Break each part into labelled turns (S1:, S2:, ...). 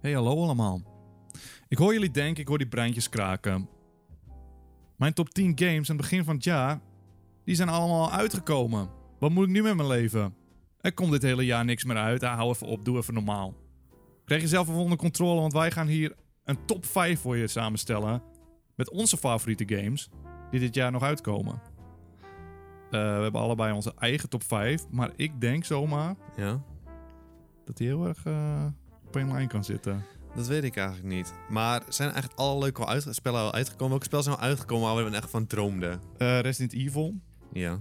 S1: Hey, hallo allemaal. Ik hoor jullie denken, ik hoor die breintjes kraken. Mijn top 10 games aan het begin van het jaar, die zijn allemaal uitgekomen. Wat moet ik nu met mijn leven? Er komt dit hele jaar niks meer uit. Ah, hou even op, doe even normaal. Krijg jezelf even onder controle, want wij gaan hier een top 5 voor je samenstellen. Met onze favoriete games, die dit jaar nog uitkomen. Eh, we hebben allebei onze eigen top 5, maar ik denk zomaar
S2: Ja,
S1: dat die heel erg eh, op één lijn kan zitten.
S2: dat weet ik eigenlijk niet. Maar zijn echt alle leuke wel uit, spellen al uitgekomen? Welke spellen zijn al uitgekomen waar we echt van droomden?
S1: Eh, Resident Evil.
S2: Ja.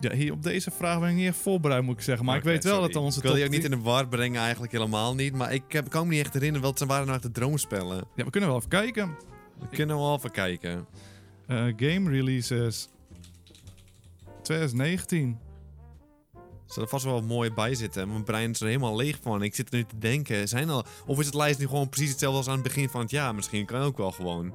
S1: Ja, hier op deze vraag ben ik niet echt voorbereid, moet ik zeggen. Maar ik weet wel dat onze
S2: Ik wil
S1: top
S2: je ook niet in
S1: drie-
S2: de war brengen, eigenlijk helemaal niet. Maar ik heb, kan me niet echt herinneren, wat waren nou echt de droomspellen?
S1: Ja, we kunnen wel even kijken.
S2: We kunnen wel even kijken.
S1: Eh, game releases 2019.
S2: Er zal er vast wel wat mooi bij zitten. Mijn brein is er helemaal leeg van. Ik zit er nu te denken, zijn al... Of is het lijst nu gewoon precies hetzelfde als aan het begin van het jaar? Misschien kan ook wel gewoon.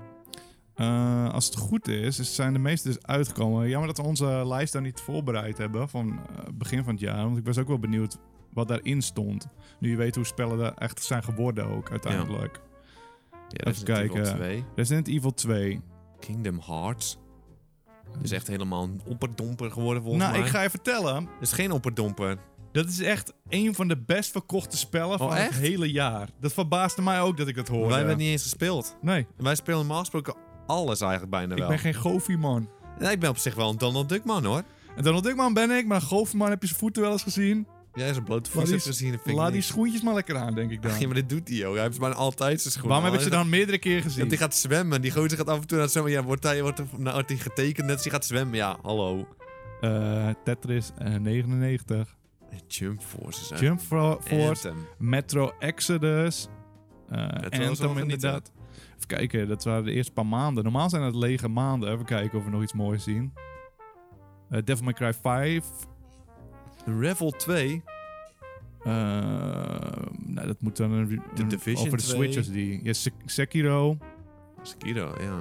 S1: Eh, als het goed is, is- zijn de meeste dus uitgekomen. Jammer dat we onze lijst daar niet voorbereid hebben van eh, begin van het jaar. Want ik was ook wel benieuwd wat daarin stond. Nu je weet hoe spellen er echt zijn geworden ook uiteindelijk.
S2: Ja,
S1: Even
S2: Resident Evil
S1: kijken.
S2: 2.
S1: Resident Evil 2.
S2: Kingdom Hearts. Dat is echt helemaal een opperdomper geworden volgens
S1: nou,
S2: mij.
S1: ik ga je vertellen.
S2: Dat is geen opperdomper.
S1: Dat is echt een van de best verkochte spellen van het
S2: Oh, echt?
S1: hele jaar. Dat verbaasde mij ook dat ik dat hoorde.
S2: Wij hebben het niet eens gespeeld.
S1: Nee,
S2: Wij spelen normaal gesproken alles eigenlijk bijna
S1: ik
S2: wel.
S1: ben geen Goofy-man.
S2: Nee, ik ben op zich wel een Donald Duckman hoor.
S1: En Donald Duckman ben ik, maar een Goofy-man heb je zijn voeten wel eens gezien.
S2: Jij is een blote
S1: Laat
S2: voet
S1: die-
S2: hebt gezien. dat vind ik
S1: Laat die
S2: niks.
S1: schoentjes maar lekker aan, denk ik dan.
S2: Ja, maar dit doet hij ook. Hij heeft bijna altijd zijn schoenen.
S1: Waarom heb ik ze
S2: aan.
S1: dan meerdere keer gezien?
S2: Want die gaat zwemmen. Die gozer gaat af en toe naar het zwemmen. Ja, wordt hij, wordt, er- nou, wordt hij getekend net als hij gaat zwemmen. Ja, hallo.
S1: Eh, Tetris eh, 99.
S2: Jump Force is
S1: Jump Fro- Force.
S2: Anthem.
S1: Metro Exodus. eh
S2: was
S1: Anthem
S2: wel genieten.
S1: inderdaad. Even kijken, dat waren de eerste paar maanden. Normaal zijn het lege maanden. Even kijken of we nog iets moois zien. Eh Devil May Cry 5.
S2: Revel 2.
S1: Eh, nou, dat moet dan een, re-
S2: The
S1: een-
S2: Division
S1: over de
S2: 2.
S1: Switchers die. Ja, Sek- Sekiro.
S2: Sekiro, ja.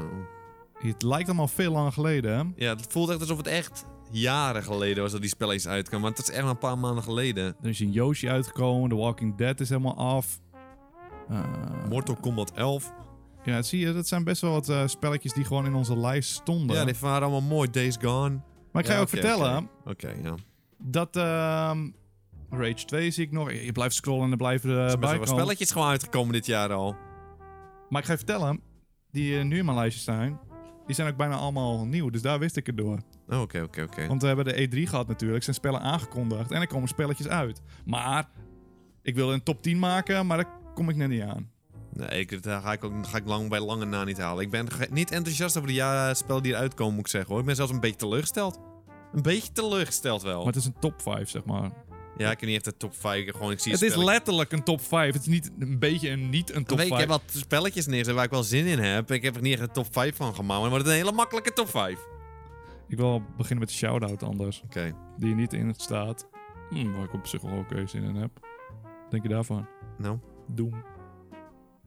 S1: Het lijkt allemaal veel lang geleden, hè?
S2: Ja, het voelt echt alsof het echt jaren geleden was dat die spel eens uitkwam. Want het is echt maar een paar maanden geleden.
S1: Er is een Yoshi uitgekomen, The Walking Dead is helemaal af. Eh,
S2: Mortal Kombat 11.
S1: ja, zie je, dat zijn best wel wat eh, spelletjes die gewoon in onze lijst stonden.
S2: Ja, die waren allemaal mooi. Days Gone.
S1: maar ik ga
S2: Ja,
S1: je ook
S2: oké,
S1: vertellen
S2: Oké, ja.
S1: dat ehm, Rage 2 zie ik nog. Je blijft scrollen en er blijven eh,
S2: Er zijn best
S1: bij
S2: wel wat
S1: komen.
S2: spelletjes gewoon uitgekomen dit jaar al.
S1: Maar ik ga je vertellen, die eh, nu in mijn lijstje staan, die zijn ook bijna allemaal nieuw. Dus daar wist ik het door.
S2: Oh, Oké, oké, oké.
S1: Want we hebben de E3 gehad natuurlijk, zijn spellen aangekondigd en er komen spelletjes uit. Maar ik wil een top 10 maken, maar daar kom ik net niet aan.
S2: Nee, ik, daar ga ik, ook, ga ik lang bij lange na niet halen. Ik ben ge- niet enthousiast over de ja- spellen die eruit komen, moet ik zeggen hoor. Ik ben zelfs een beetje teleurgesteld. Een beetje teleurgesteld wel.
S1: Maar het is een top 5, zeg maar.
S2: Ja, ik heb niet echt de top 5. Gewoon, ik zie
S1: Het is
S2: spelletjes.
S1: letterlijk een top 5. Het is niet een beetje een niet een top
S2: Weet,
S1: 5.
S2: ik heb wat spelletjes neergezet waar ik wel zin in heb. Ik heb er niet echt een top 5 van gemaakt, maar het wordt een hele makkelijke top 5. Oké.
S1: Ik wil beginnen met de shout-out anders. Die er niet in staat. Hm, waar ik op zich wel oké zin in heb. Wat denk je daarvan?
S2: Nou.
S1: Doom.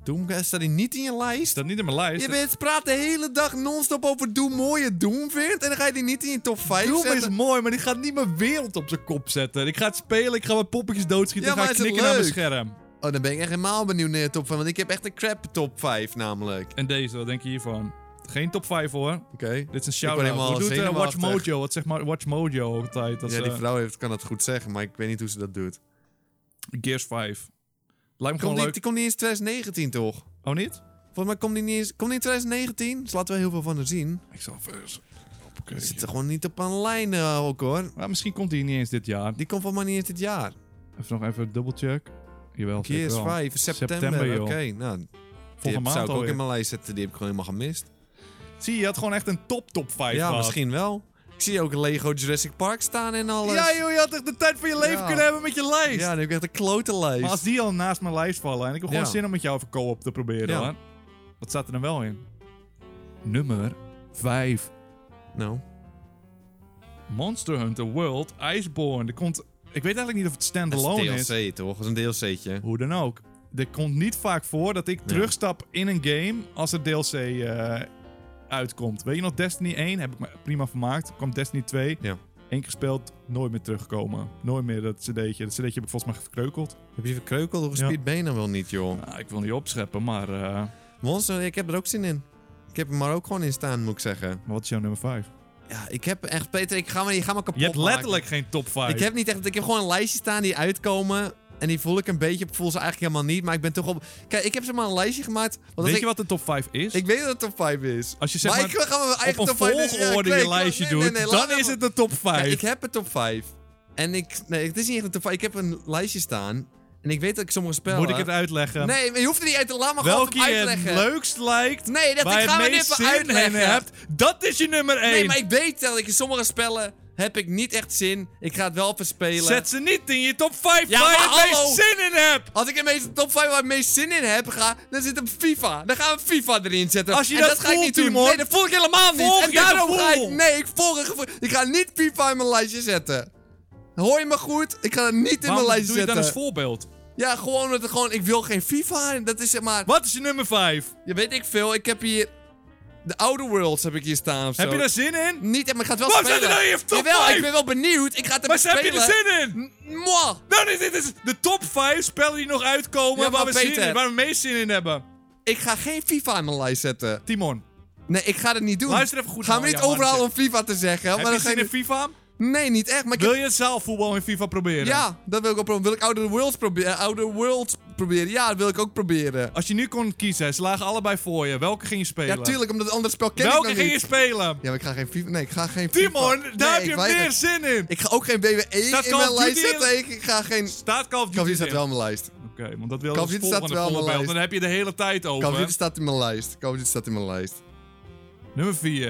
S2: Doom, eh, staat hij niet in je
S1: Is
S2: lijst?
S1: dat niet in mijn lijst?
S2: Je bent, praat de hele dag non-stop over hoe mooi je Doom vindt en dan ga je die niet in je top 5
S1: Doom
S2: zetten.
S1: is mooi, maar die gaat niet mijn wereld op zijn kop zetten. Ik ga het spelen, ik ga mijn poppetjes doodschieten
S2: Ja,
S1: en ga ik
S2: maar is het
S1: knikken naar mijn
S2: leuk?
S1: scherm.
S2: Oh, dan ben ik echt helemaal benieuwd naar je top 5, want ik heb echt een crap top 5 namelijk.
S1: En deze, wat denk je hiervan? Geen top 5 hoor.
S2: Oké.
S1: Dit is een
S2: Ik
S1: shout-out.
S2: word helemaal
S1: Hoe doet eh, Watch
S2: zenuwachtig.
S1: Mojo? Wat zegt maar Watch Mojo altijd? Dat
S2: Ja,
S1: is
S2: die
S1: eh,
S2: vrouw heeft, kan dat goed zeggen, maar ik weet niet hoe ze dat doet.
S1: Gears 5. Lijkt me
S2: Komt
S1: gewoon
S2: die,
S1: leuk.
S2: die komt niet eens 2019 toch?
S1: Oh niet?
S2: Volgens mij komt die niet eens... Komt die in 2019? Dus laten we heel veel van haar zien.
S1: Ik zal vers.
S2: Die zit er gewoon niet op een lijn eh, ook hoor.
S1: Maar misschien komt die niet eens dit jaar.
S2: Die komt van mij niet eens dit jaar.
S1: Even nog even dubbelcheck. Jawel, zeker
S2: Gears
S1: wel.
S2: 5, september.
S1: September, joh.
S2: Oké, nou, die
S1: Volgende
S2: heb-
S1: maand
S2: zou ik ook
S1: alweer.
S2: in mijn lijst zetten. Die heb ik gewoon helemaal gemist.
S1: Zie je, je had gewoon echt een top top 5
S2: ja,
S1: gehad.
S2: misschien wel. Ik zie ook Lego Jurassic Park staan en alles.
S1: Ja joh, je had echt de tijd van je leven
S2: Ja.
S1: kunnen hebben met je lijst.
S2: Ja, dan heb ik echt een klote lijst.
S1: Maar als die al naast mijn lijst vallen en ik heb gewoon
S2: Ja.
S1: zin om met jou over co-op te proberen
S2: Ja.
S1: hoor. Wat staat er dan wel in? Nummer 5.
S2: Nou,
S1: Monster Hunter World Iceborne. Er komt, ik weet eigenlijk niet of het
S2: dat
S1: standalone
S2: is
S1: is.
S2: DLC toch? Dat is een DLC'tje.
S1: Hoe dan ook. Er komt niet vaak voor dat ik terugstap in een game als er DLC eh, uitkomt. Weet je nog, Destiny 1 heb ik me prima vermaakt. Kwam Destiny 2.
S2: Ja.
S1: Eén keer gespeeld, nooit meer terugkomen. Nooit meer dat cd'tje. Dat cd'tje heb ik volgens mij gekreukeld.
S2: Heb je verkreukeld of
S1: Ja.
S2: gespeed ben je nou wel niet, joh?
S1: Nou, ik wil niet opscheppen, maar eh,
S2: Monster, ik heb er ook zin in. Ik heb hem maar ook gewoon in staan, moet ik zeggen.
S1: wat is jouw nummer 5?
S2: Ja, ik heb echt... Peter, ik ga me, je gaat me kapot
S1: Je hebt
S2: maken.
S1: letterlijk geen top 5.
S2: Ik heb niet echt. Ik heb gewoon een lijstje staan die uitkomen. En die voel ik een beetje. Ik voel ze eigenlijk helemaal niet. Maar ik ben toch op. Kijk, ik heb ze maar een lijstje gemaakt. Want als
S1: Weet
S2: ik,
S1: je wat een top 5 is?
S2: ik weet dat het top 5 is.
S1: Als je zeg
S2: maar,
S1: maar,
S2: ik ga mijn eigen
S1: op een
S2: top 5
S1: volgorde je lijstje doet, dan is het de top 5.
S2: ik heb een top 5. En ik. Nee, het is niet echt een top 5. Ik heb een lijstje staan. En ik weet dat ik sommige spellen.
S1: Moet ik het uitleggen?
S2: Nee, maar je hoeft er niet uit te laten. Maar gewoon
S1: Welke
S2: even
S1: je
S2: uitleggen.
S1: het leukst lijkt,
S2: Nee, dat
S1: waar
S2: ik
S1: je
S2: ga
S1: het
S2: me
S1: meest
S2: dit
S1: zin
S2: even
S1: in
S2: uitleggen.
S1: hebt, dat is je nummer 1.
S2: Nee, maar ik weet dat ik in sommige spellen. heb ik niet echt zin. Ik ga het wel verspelen.
S1: Zet ze niet in je top 5
S2: Ja,
S1: waar je
S2: maar
S1: het
S2: hallo.
S1: meest zin in hebt.
S2: Als ik ineens de top 5 waar ik het meest zin in heb, ga, dan zit een FIFA. Dan gaan we FIFA erin zetten.
S1: Als je
S2: en
S1: dat
S2: dat, ga ik
S1: voelt,
S2: niet doen.
S1: Timon.
S2: Nee, dat voel ik helemaal niet.
S1: Volg
S2: en
S1: je
S2: daarom
S1: gevoel.
S2: ga ik. Nee, ik volg een gevoel. Ik ga niet FIFA in mijn lijstje zetten. Hoor je me goed? Ik ga dat niet in mijn
S1: Waarom
S2: lijstje
S1: doe je
S2: zetten.
S1: dan als voorbeeld?
S2: ja, gewoon omdat het gewoon. Ik wil geen FIFA. En Dat is zeg maar.
S1: Wat is je nummer 5?
S2: Je weet ik veel. Ik heb hier. De Outer Worlds heb ik hier staan of
S1: Heb
S2: zo.
S1: je daar zin in?
S2: Niet, maar ik ga het wel
S1: Waarom
S2: spelen.
S1: zet je dan je top
S2: Jawel,
S1: vijf?
S2: ik ben wel benieuwd. Ik ga het
S1: Maar
S2: even
S1: ze heb je
S2: spelen.
S1: er zin in?
S2: M- mwah.
S1: Nou, dit, dit is de top 5 spellen die nog uitkomen
S2: Ja, maar
S1: waar, we zin
S2: Peter.
S1: in, waar we meest zin in hebben.
S2: Ik ga geen FIFA in mijn lijst zetten.
S1: Timon,
S2: Nee, ik ga dat niet doen.
S1: Luister even goed
S2: Gaan
S1: naar
S2: we niet
S1: Jan, maar
S2: overal
S1: dat-
S2: om FIFA te zeggen. maar
S1: heb je
S2: dan ga
S1: zin
S2: je-
S1: in FIFA?
S2: Nee, niet echt. Maar ik
S1: Wil
S2: heb-
S1: je zaalvoetbal in FIFA proberen?
S2: Ja, dat wil ik ook proberen. Wil ik Outer Worlds, proberen? eh, Outer Worlds proberen? Ja, dat wil ik ook proberen.
S1: Als je nu kon kiezen, ze lagen allebei voor je. Welke ging je spelen?
S2: Ja, tuurlijk, omdat het andere spel ken ik
S1: Welke
S2: nog
S1: ging je
S2: niet.
S1: spelen?
S2: Ja, maar ik ga geen FIFA... Nee, ik ga geen
S1: Timon,
S2: FIFA.
S1: daar
S2: Nee,
S1: heb
S2: ik
S1: je
S2: weiger.
S1: meer zin in.
S2: Ik ga ook geen WWE
S1: Staat
S2: in
S1: Call
S2: mijn
S1: of
S2: lijst
S1: Duty in?
S2: zetten. Ik, ik ga geen...
S1: Staat Call of
S2: Call
S1: Duty
S2: of Duty staat
S1: in?
S2: wel in mijn lijst.
S1: Oké, want dat wil
S2: Call
S1: ik
S2: of
S1: het
S2: Duty staat
S1: volgende
S2: wel op mijn
S1: voorbeeld.
S2: lijst.
S1: Dan heb je de hele tijd over.
S2: Call of Duty staat in mijn lijst. Call of Duty staat in mijn lijst.
S1: Nummer 4.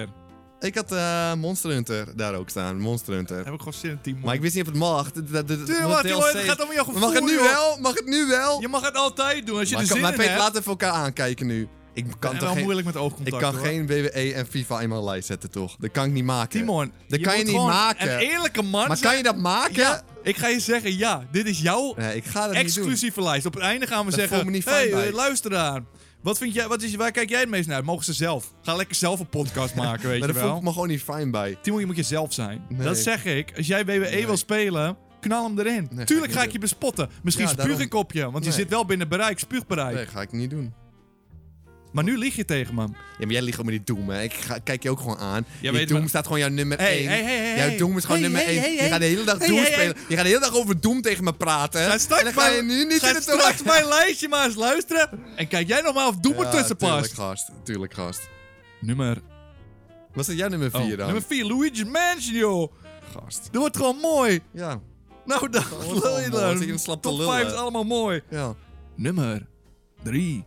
S1: Daar
S2: Ik had eh, Monster Hunter daar ook staan. Monster Hunter.
S1: heb ik gewoon zin in, Timon.
S2: Maar ik wist niet of het mag. Dat- dat- dat-
S1: Tuurlijk,
S2: dat
S1: wat, Timon, het
S2: DLC.
S1: gaat om jouw gevoel,
S2: Mag het nu
S1: joh.
S2: wel? Mag het nu wel?
S1: Je mag het altijd doen als je
S2: Maar,
S1: er
S2: kan-
S1: zin
S2: maar
S1: in
S2: Peter,
S1: hebt.
S2: laten we even elkaar aankijken nu. Ik kan
S1: En
S2: toch
S1: wel
S2: geen,
S1: moeilijk met oogcontact,
S2: ik kan
S1: hoor.
S2: geen WWE en FIFA in mijn lijst zetten, toch? Dat kan ik niet maken.
S1: Timon,
S2: dat kan je
S1: moet
S2: niet
S1: gewoon
S2: maken.
S1: een eerlijke man
S2: maar
S1: zijn.
S2: kan je dat maken?
S1: Ja, ik ga je zeggen, ja, dit is jouw
S2: Nee, ik ga dat niet
S1: exclusieve lijst. Op het einde gaan we
S2: Dat voel
S1: zeggen,
S2: ik me niet fijn
S1: hey,
S2: bij.
S1: eh, luisteraar. Wat vind jij, wat is, waar kijk jij het meest naar uit? Mogen ze zelf? Ga lekker zelf een podcast maken, weet
S2: doen. Maar
S1: je
S2: daar voel
S1: wel.
S2: ik me gewoon niet fijn bij.
S1: Timon, je moet jezelf zijn.
S2: Nee.
S1: Dat zeg ik. Als jij WWE wil spelen, knal hem erin.
S2: ga ik
S1: Tuurlijk
S2: niet
S1: ga ik
S2: doen.
S1: je bespotten. Misschien
S2: Ja,
S1: spuug
S2: daarom-
S1: ik op je, want je
S2: Nee.
S1: zit wel binnen bereik, spuugbereik.
S2: Nee, ga ik niet doen.
S1: Maar nu lieg je tegen me.
S2: Ja, maar jij ligt op met die Doom, hè. Ik ga, kijk je ook gewoon aan. Ja,
S1: weet
S2: die Doom
S1: maar-
S2: staat gewoon jouw nummer
S1: Hey,
S2: 1.
S1: hey, hey, hey, hey.
S2: jouw Doom is gewoon
S1: Hey,
S2: nummer
S1: hey,
S2: 1.
S1: hey,
S2: Je
S1: hey.
S2: gaat de hele dag
S1: Hey,
S2: Doom
S1: hey, hey.
S2: spelen. Je gaat de hele dag over Doom tegen me praten.
S1: Ga
S2: En
S1: straks
S2: dan ga je
S1: maar-
S2: nu niet
S1: ga
S2: in het
S1: straks mijn lijstje maar eens luisteren. En kijk jij nog maar of Doem
S2: Ja,
S1: ertussen
S2: Tuurlijk,
S1: past.
S2: gast. Tuurlijk, gast.
S1: Nummer
S2: Was dat jouw nummer 4
S1: oh,
S2: dan?
S1: Nummer 4, Luigi's Mansion, joh.
S2: Gast.
S1: Dat wordt gewoon mooi.
S2: Ja.
S1: Nou, dan
S2: Oh, wordt
S1: lul je
S2: allemaal mooi.
S1: dan.
S2: Zit je een slap te
S1: Top
S2: lullen.
S1: vijf is allemaal mooi.
S2: Ja.
S1: Nummer 3.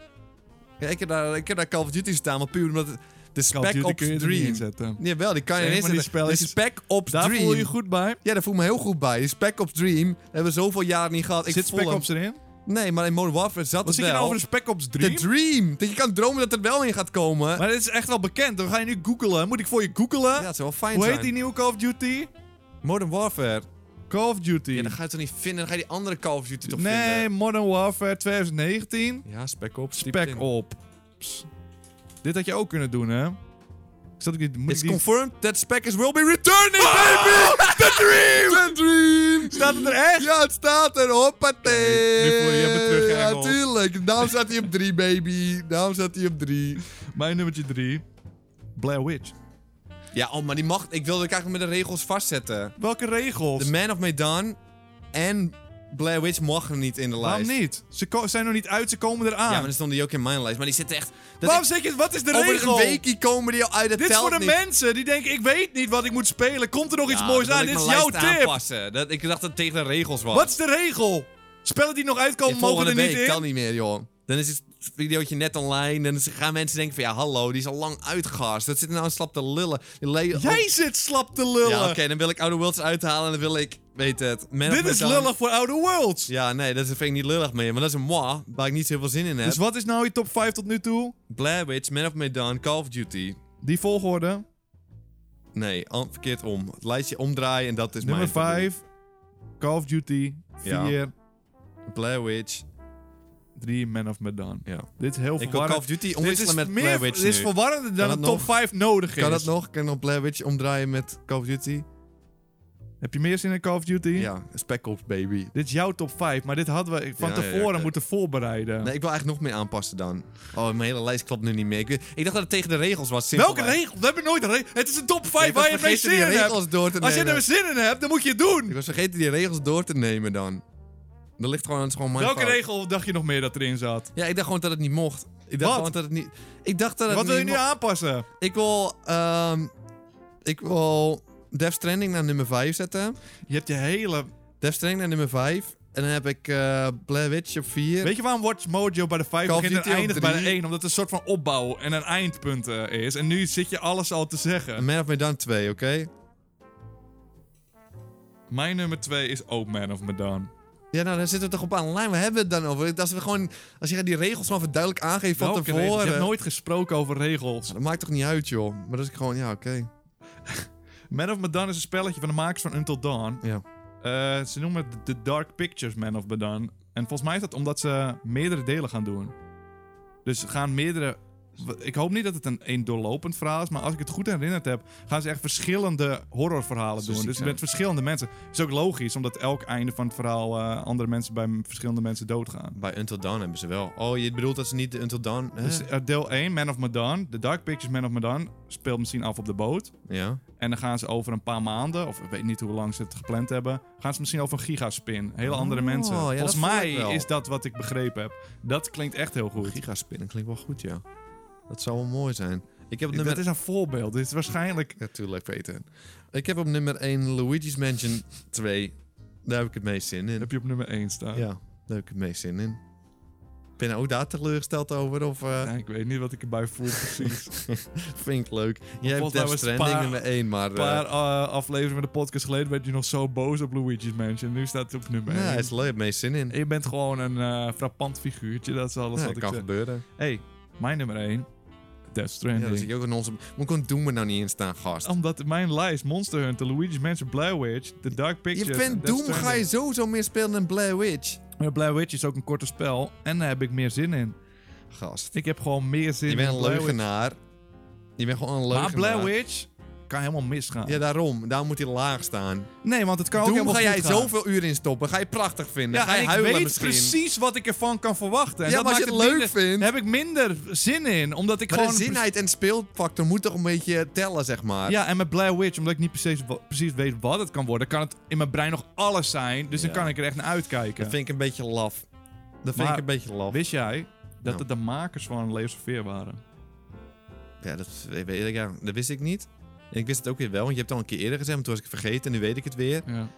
S2: Ja, ik, heb daar, ik heb daar Call of Duty staan, maar puur omdat het- de
S1: Call of
S2: spec
S1: Duty
S2: op
S1: kun je er niet
S2: Dream.
S1: in zetten.
S2: Nee, wel, die kan je
S1: Zijn
S2: ineens
S1: van die
S2: zetten. De
S1: spelletjes.
S2: spec op
S1: Daar
S2: Dream.
S1: voel je je goed bij.
S2: Ja, daar voel ik me heel goed bij. Die spec op Dream daar hebben we zoveel jaren niet gehad. Ik
S1: Zit
S2: voel
S1: Spec
S2: hem.
S1: Ops erin?
S2: Nee, maar in Modern Warfare zat
S1: Wat
S2: het
S1: zit je
S2: wel.
S1: nou over de Spec Ops
S2: de
S1: 3?
S2: Dream. Dat je kan dromen dat er wel in gaat komen.
S1: Maar dit is echt wel bekend. Dan ga je nu googelen. Moet ik voor je googelen?
S2: ja, dat zou wel fijn
S1: Hoe heet
S2: zijn.
S1: die nou? nieuwe Call of Duty?
S2: Modern Warfare.
S1: Call of Duty.
S2: Ja, dan ga je het toch niet vinden. Dan ga je die andere Call of Duty toch
S1: nee,
S2: vinden.
S1: Modern Warfare 2019.
S2: Ja, spec op.
S1: Spec Ops. Dit had je ook kunnen doen, hè? Zat ik dit, moet ik
S2: It's
S1: die... Ah!
S2: confirmed that spec is will be returning, baby! The Dream! The Dream!
S1: Staat het er echt?
S2: Ja, het staat er. Hoppatee.
S1: Oké, nu voel je je weer terug,
S2: Ja,
S1: Engel.
S2: tuurlijk. Daarom staat hij op drie, baby. Daarom staat hij op drie.
S1: Mijn nummertje 3. Blair Witch.
S2: Ja, oh, maar die mag... Ik wilde het eigenlijk met de regels vastzetten.
S1: Welke regels?
S2: The Man of Medan en Blair Witch mogen niet in de
S1: Waarom
S2: lijst.
S1: niet? Ze ko- zijn nog niet uit, ze komen eraan.
S2: Ja, maar dan stonden die ook in mijn lijst. Maar die zitten echt... Dat
S1: Waarom
S2: ik-
S1: zeg je, wat is de
S2: over
S1: regel?
S2: een weekie komen die al uit. Dat
S1: Dit is
S2: telt
S1: voor de
S2: niet.
S1: mensen die denken, ik weet niet wat ik moet spelen. Komt er nog iets
S2: Ja,
S1: moois
S2: dan wil
S1: aan?
S2: ik
S1: Dit is
S2: mijn
S1: jouw
S2: lijst
S1: tip.
S2: aanpassen. Dat, ik dacht dat het tegen de regels was.
S1: Wat is de regel? Spellen die nog uitkomen
S2: Ja,
S1: mogen er
S2: volgende
S1: niet
S2: week,
S1: in.
S2: telt niet meer, joh. Dan is het videootje net online. Dan gaan mensen denken van, ja, hallo, die is al lang uitgast. Dat zit nou een slap te lullen. Die le-
S1: Jij zit slap te lullen.
S2: Ja, oké, dan wil ik Outer Worlds uithalen en dan wil ik, weet het... Man of
S1: Dit is
S2: Medan.
S1: lullig voor Outer Worlds.
S2: Ja, nee, dat vind ik niet lullig meer. Maar dat is een moi, waar ik niet zoveel zin in heb.
S1: Dus wat is nou je top 5 tot nu toe?
S2: Blair Witch, Man of Medan, Call of Duty.
S1: Die volgorde.
S2: Nee, al- verkeerd om. Het lijstje omdraaien en dat is
S1: Nummer
S2: mijn...
S1: 5. Call of Duty. 4.
S2: Ja. Blair Witch.
S1: 3. Man of Medan.
S2: Ja.
S1: Dit is heel
S2: Ik wil
S1: verwarrend.
S2: Call of Duty
S1: dit is
S2: omwisselen met
S1: meer,
S2: Blair Witch
S1: Dit is
S2: nu.
S1: verwarrender dan
S2: dat
S1: een top
S2: nog?
S1: 5 nodig is.
S2: Kan dat nog? Kan ik nog Blair Witch omdraaien met Call of Duty?
S1: Heb je meer zin in Call of Duty?
S2: Ja, Spec Ops Baby.
S1: Dit is jouw top 5, maar dit hadden we van
S2: Ja, ja, ja.
S1: tevoren moeten voorbereiden.
S2: Nee, ik wil eigenlijk nog meer aanpassen dan. Oh, mijn hele lijst klopt nu niet meer. Ik, weet- ik dacht dat het tegen de regels was.
S1: Welke regel? We hebben nooit een regel. Het is een top 5 waar je geen
S2: regels?
S1: zin in hebt.
S2: regels door te
S1: Als je nou
S2: nemen.
S1: er zin in hebt, dan moet je het doen.
S2: Ik was vergeten die regels door te nemen dan. Dat ligt gewoon, dat is gewoon mijn
S1: Welke
S2: fout.
S1: regel dacht je nog meer dat erin zat?
S2: Ja, ik dacht gewoon dat het niet mocht. Ik dacht
S1: Wat?
S2: gewoon dat het niet... Ik dacht dat het
S1: Wat wil je
S2: niet
S1: nu aanpassen?
S2: mocht. Ik wil... ehm, ik wil Death Stranding naar nummer 5 zetten.
S1: Je hebt je hele...
S2: Death Stranding naar nummer 5. En dan heb ik eh Blair Witch op 4.
S1: Weet je waarom Watch Mojo bij de 5
S2: Call of
S1: begint en
S2: Duty op
S1: eindigt bij de
S2: drie.
S1: 1? Omdat het een soort van opbouw en een eindpunt eh, is. En nu zit je alles al te zeggen.
S2: Man of Medan 2, oké?
S1: Mijn nummer 2 is Old Man of Medan.
S2: Ja, nou, dan zitten we toch op aan lijn. Waar hebben we het dan over? Als we gewoon... Als je die regels gewoon even duidelijk aangeeft van
S1: Welke regels? Je
S2: tevoren...
S1: hebt nooit gesproken over regels.
S2: Dat maakt toch niet uit, joh. Maar dat is gewoon... Ja, oké.
S1: Man of Medan is een spelletje van de makers van Until Dawn.
S2: Ja.
S1: Eh, ze noemen het The Dark Pictures Man of Medan. En volgens mij is dat omdat ze meerdere delen gaan doen. Dus gaan meerdere... w- Ik hoop niet dat het een, een doorlopend verhaal is, maar als ik het goed herinnerd heb, gaan ze echt verschillende horrorverhalen
S2: Zo
S1: doen.
S2: ziek
S1: Dus
S2: zijn.
S1: met verschillende mensen. Is ook logisch, omdat elk einde van het verhaal eh, andere mensen bij m- verschillende mensen doodgaan.
S2: Bij Until Dawn hebben ze wel. Oh, je bedoelt dat ze niet de Until Dawn... hè?
S1: Dus eh, deel 1, Man of Medan, The Dark Pictures Man of Medan, speelt misschien af op de boot.
S2: Ja.
S1: En dan gaan ze over een paar maanden, of ik weet niet hoe lang ze het gepland hebben, gaan ze misschien over een gigaspin. Hele andere
S2: Oh,
S1: mensen.
S2: ja, dat
S1: Volgens
S2: voel ik
S1: mij
S2: wel.
S1: is dat wat ik begrepen heb. Dat klinkt echt heel goed.
S2: Gigaspinnen klinkt wel goed, ja. Dat zou wel mooi zijn. Ik heb op
S1: Dat
S2: nummer...
S1: is een voorbeeld. Dit is waarschijnlijk.
S2: Natuurlijk, Peter. Ik heb op nummer 1 Luigi's Mansion 2. Daar heb ik het meest zin in.
S1: Heb je op nummer 1 staan?
S2: Ja, daar heb ik het meest zin in. Ben je nou ook daar teleurgesteld over? Of eh,
S1: Ja, ik weet niet wat ik erbij voel precies. Een
S2: vind ik leuk? Jij hebt
S1: volgens mij was
S2: Death
S1: het
S2: Stranding
S1: nou paar-
S2: nummer 1, maar... eh,
S1: paar eh, afleveringen van de podcast geleden werd je nog zo boos op Luigi's Mansion. Nu staat het op nummer
S2: nou,
S1: 1.
S2: hij is leuk, het meest zin in.
S1: Je bent gewoon een eh, frappant figuurtje. Dat is alles
S2: Ja,
S1: wat ik eh,
S2: kan
S1: zeg.
S2: gebeuren.
S1: hey, mijn nummer 1. Death
S2: Ja,
S1: Stranding.
S2: dan zie ik ook in onze... Moet ik een Doemer nou niet in staan, gast?
S1: Omdat mijn lijst Monster Hunter, Luigi's Mansion, Blair Witch, The Dark Pictures...
S2: je
S1: en Death
S2: bent Doom,
S1: Stranding.
S2: ga je sowieso meer spelen dan Blair Witch.
S1: Maar Blair Witch is ook een korter spel en daar heb ik meer zin in.
S2: Gast.
S1: Ik heb gewoon meer zin
S2: Je bent
S1: in
S2: een
S1: Blair Witch.
S2: leugenaar. Je bent gewoon een leugenaar.
S1: Maar Blair Witch kan helemaal misgaan.
S2: Ja, daarom. Daar moet hij laag staan.
S1: Nee, want het kan ook
S2: Doom
S1: helemaal
S2: ga jij
S1: goed gaan.
S2: zoveel uren in stoppen. Ga je prachtig vinden.
S1: Ja,
S2: ga
S1: en
S2: je
S1: ik
S2: huilen
S1: weet
S2: misschien.
S1: precies wat ik ervan kan verwachten. En
S2: Ja,
S1: dat
S2: maar als
S1: maakt
S2: je het leuk
S1: minder-
S2: vindt.
S1: Daar heb ik minder zin in, omdat ik
S2: Maar
S1: gewoon...
S2: de zinheid en speelfactor moet toch een beetje tellen, zeg maar.
S1: Ja, en met Blair Witch, omdat ik niet precies, wa- precies weet wat het kan worden, kan het in mijn brein nog alles zijn. Dus
S2: Ja.
S1: dan kan ik er echt naar uitkijken.
S2: Dat vind ik een beetje laf. Dat vind
S1: Maar-
S2: ik een beetje laf.
S1: Wist jij dat
S2: Nou.
S1: het de makers van Leos Veer waren?
S2: Ja, dat weet ik ja. Dat wist ik niet. En ik wist het ook weer wel, want je hebt het al een keer eerder gezegd, maar toen was ik het vergeten en nu weet ik het weer.
S1: Ja.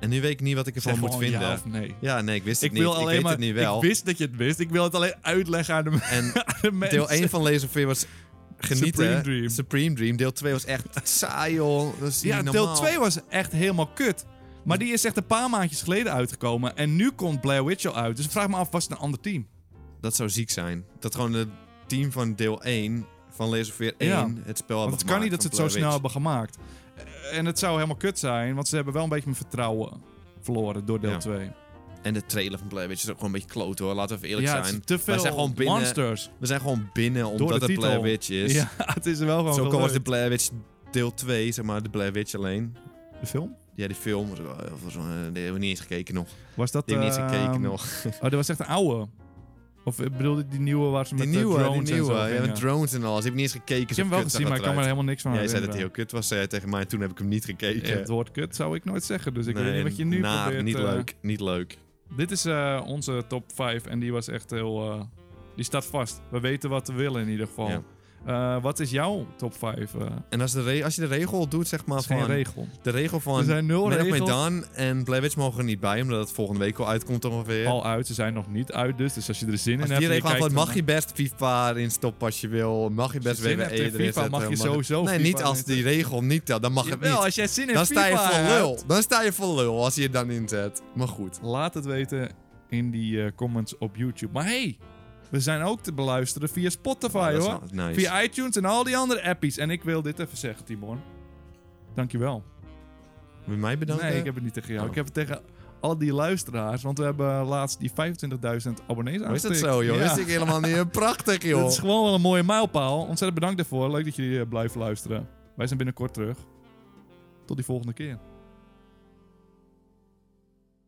S2: En nu weet ik niet wat ik ervan
S1: Zeg
S2: moet
S1: gewoon
S2: vinden.
S1: Ja
S2: Ja,
S1: of nee?
S2: nee, ik wist het
S1: Ik
S2: niet.
S1: wil
S2: ik
S1: alleen
S2: weet
S1: maar.
S2: het nu wel.
S1: Ik wist dat je het wist. Ik wil het alleen uitleggen aan de,
S2: En
S1: aan de mensen.
S2: deel 1 van Laser Fear was genieten.
S1: Supreme Dream.
S2: Supreme Dream. Deel 2 was echt saai, joh. Dat is
S1: Ja,
S2: niet
S1: deel
S2: normaal.
S1: 2 was echt helemaal kut. Maar die is echt een paar maandjes geleden uitgekomen. En nu komt Blair Witch al uit. Dus ik vraag me af, was het een ander team?
S2: Dat zou ziek zijn. Dat gewoon het team van deel 1 van Laser Fear 1
S1: Ja.
S2: het spel
S1: Want het kan niet dat ze het zo snel hebben gemaakt. Eh, En het zou helemaal kut zijn, want ze hebben wel een beetje mijn vertrouwen verloren door
S2: Ja.
S1: deel 2.
S2: En de trailer van Blair Witch is ook gewoon een beetje kloot hoor. Laten we even eerlijk
S1: Ja, het
S2: zijn.
S1: is te
S2: we zijn
S1: veel
S2: gewoon binnen.
S1: monsters.
S2: We zijn gewoon binnen
S1: Door
S2: omdat
S1: de
S2: het
S1: titel.
S2: Blair Witch is.
S1: Ja, het is er wel gewoon
S2: zo kan was de
S1: gebeurd.
S2: Blair Witch deel 2, zeg maar, de Blair Witch alleen.
S1: de film.
S2: Ja, die film, was, eh, was, eh, die hebben we niet eens gekeken nog. Die
S1: Was dat...
S2: hebben we niet eens gekeken
S1: ehm,
S2: nog.
S1: Oh, dat was echt een oude. Of ik bedoelde die nieuwe waar ze
S2: Die
S1: met de
S2: nieuwe, die
S1: drones en
S2: nieuwe.
S1: zo
S2: Ja,
S1: gingen.
S2: met drones en alles. Die heb ik niet eens gekeken.
S1: Ik
S2: zo
S1: heb hem wel
S2: kut zag
S1: gezien, maar ik
S2: dat
S1: kan me er
S2: eruit.
S1: helemaal niks van
S2: Jij zei dat hij heel
S1: herinneren.
S2: kut was eh, tegen mij. Toen heb ik hem niet gekeken.
S1: Ja, Het woord kut zou ik nooit zeggen, dus ik weet niet wat je nu
S2: naar,
S1: probeert.
S2: niet
S1: eh,
S2: leuk, niet leuk.
S1: Dit is eh, onze top 5 en die was echt heel... eh, die staat vast. We weten wat we willen in ieder geval.
S2: Ja.
S1: Eh, wat is jouw top 5? Eh
S2: En als, de re- als je de regel doet, zeg maar
S1: dat is geen
S2: van...
S1: regel.
S2: De regel
S1: er
S2: van...
S1: zijn nul
S2: Man of
S1: regels.
S2: Medan en Blair Witch mogen er niet bij, omdat het volgende week al uitkomt ongeveer.
S1: Al uit, ze zijn nog niet uit dus. Dus als je er zin
S2: Als
S1: in hebt...
S2: die
S1: en
S2: regel
S1: kijkt
S2: aanvalt,
S1: ernaar-
S2: mag je best FIFA erin stoppen als je wil. Mag je
S1: Als
S2: best
S1: je zin
S2: WWE
S1: hebt in
S2: erin
S1: FIFA
S2: zetten,
S1: mag je
S2: mag-
S1: sowieso
S2: Nee,
S1: FIFA
S2: niet als die regel niet telt. Dan mag het
S1: Jawel,
S2: niet.
S1: als jij zin in
S2: Dan sta je
S1: FIFA
S2: voor
S1: hebt,
S2: lul. Dan sta je voor lul als je het dan inzet. Maar goed.
S1: Laat het weten in die eh, comments op YouTube. Maar hey, we zijn ook te beluisteren via Spotify
S2: Oh, dat is
S1: hoor.
S2: wel nice.
S1: Via iTunes en al die andere appies. En ik wil dit even zeggen, Timon. Dankjewel.
S2: Wil je mij bedanken?
S1: nee, ik heb het niet tegen jou.
S2: Oh.
S1: Ik heb het tegen al die luisteraars. Want we hebben laatst die 25.000 abonnees
S2: Oh, is dat
S1: aangetikt.
S2: zo, joh?
S1: Ja.
S2: Wist ik helemaal niet. Prachtig, joh.
S1: Dat is gewoon wel een mooie mijlpaal. Ontzettend bedankt daarvoor. Leuk dat jullie eh, blijven luisteren. Wij zijn binnenkort terug. Tot die volgende keer.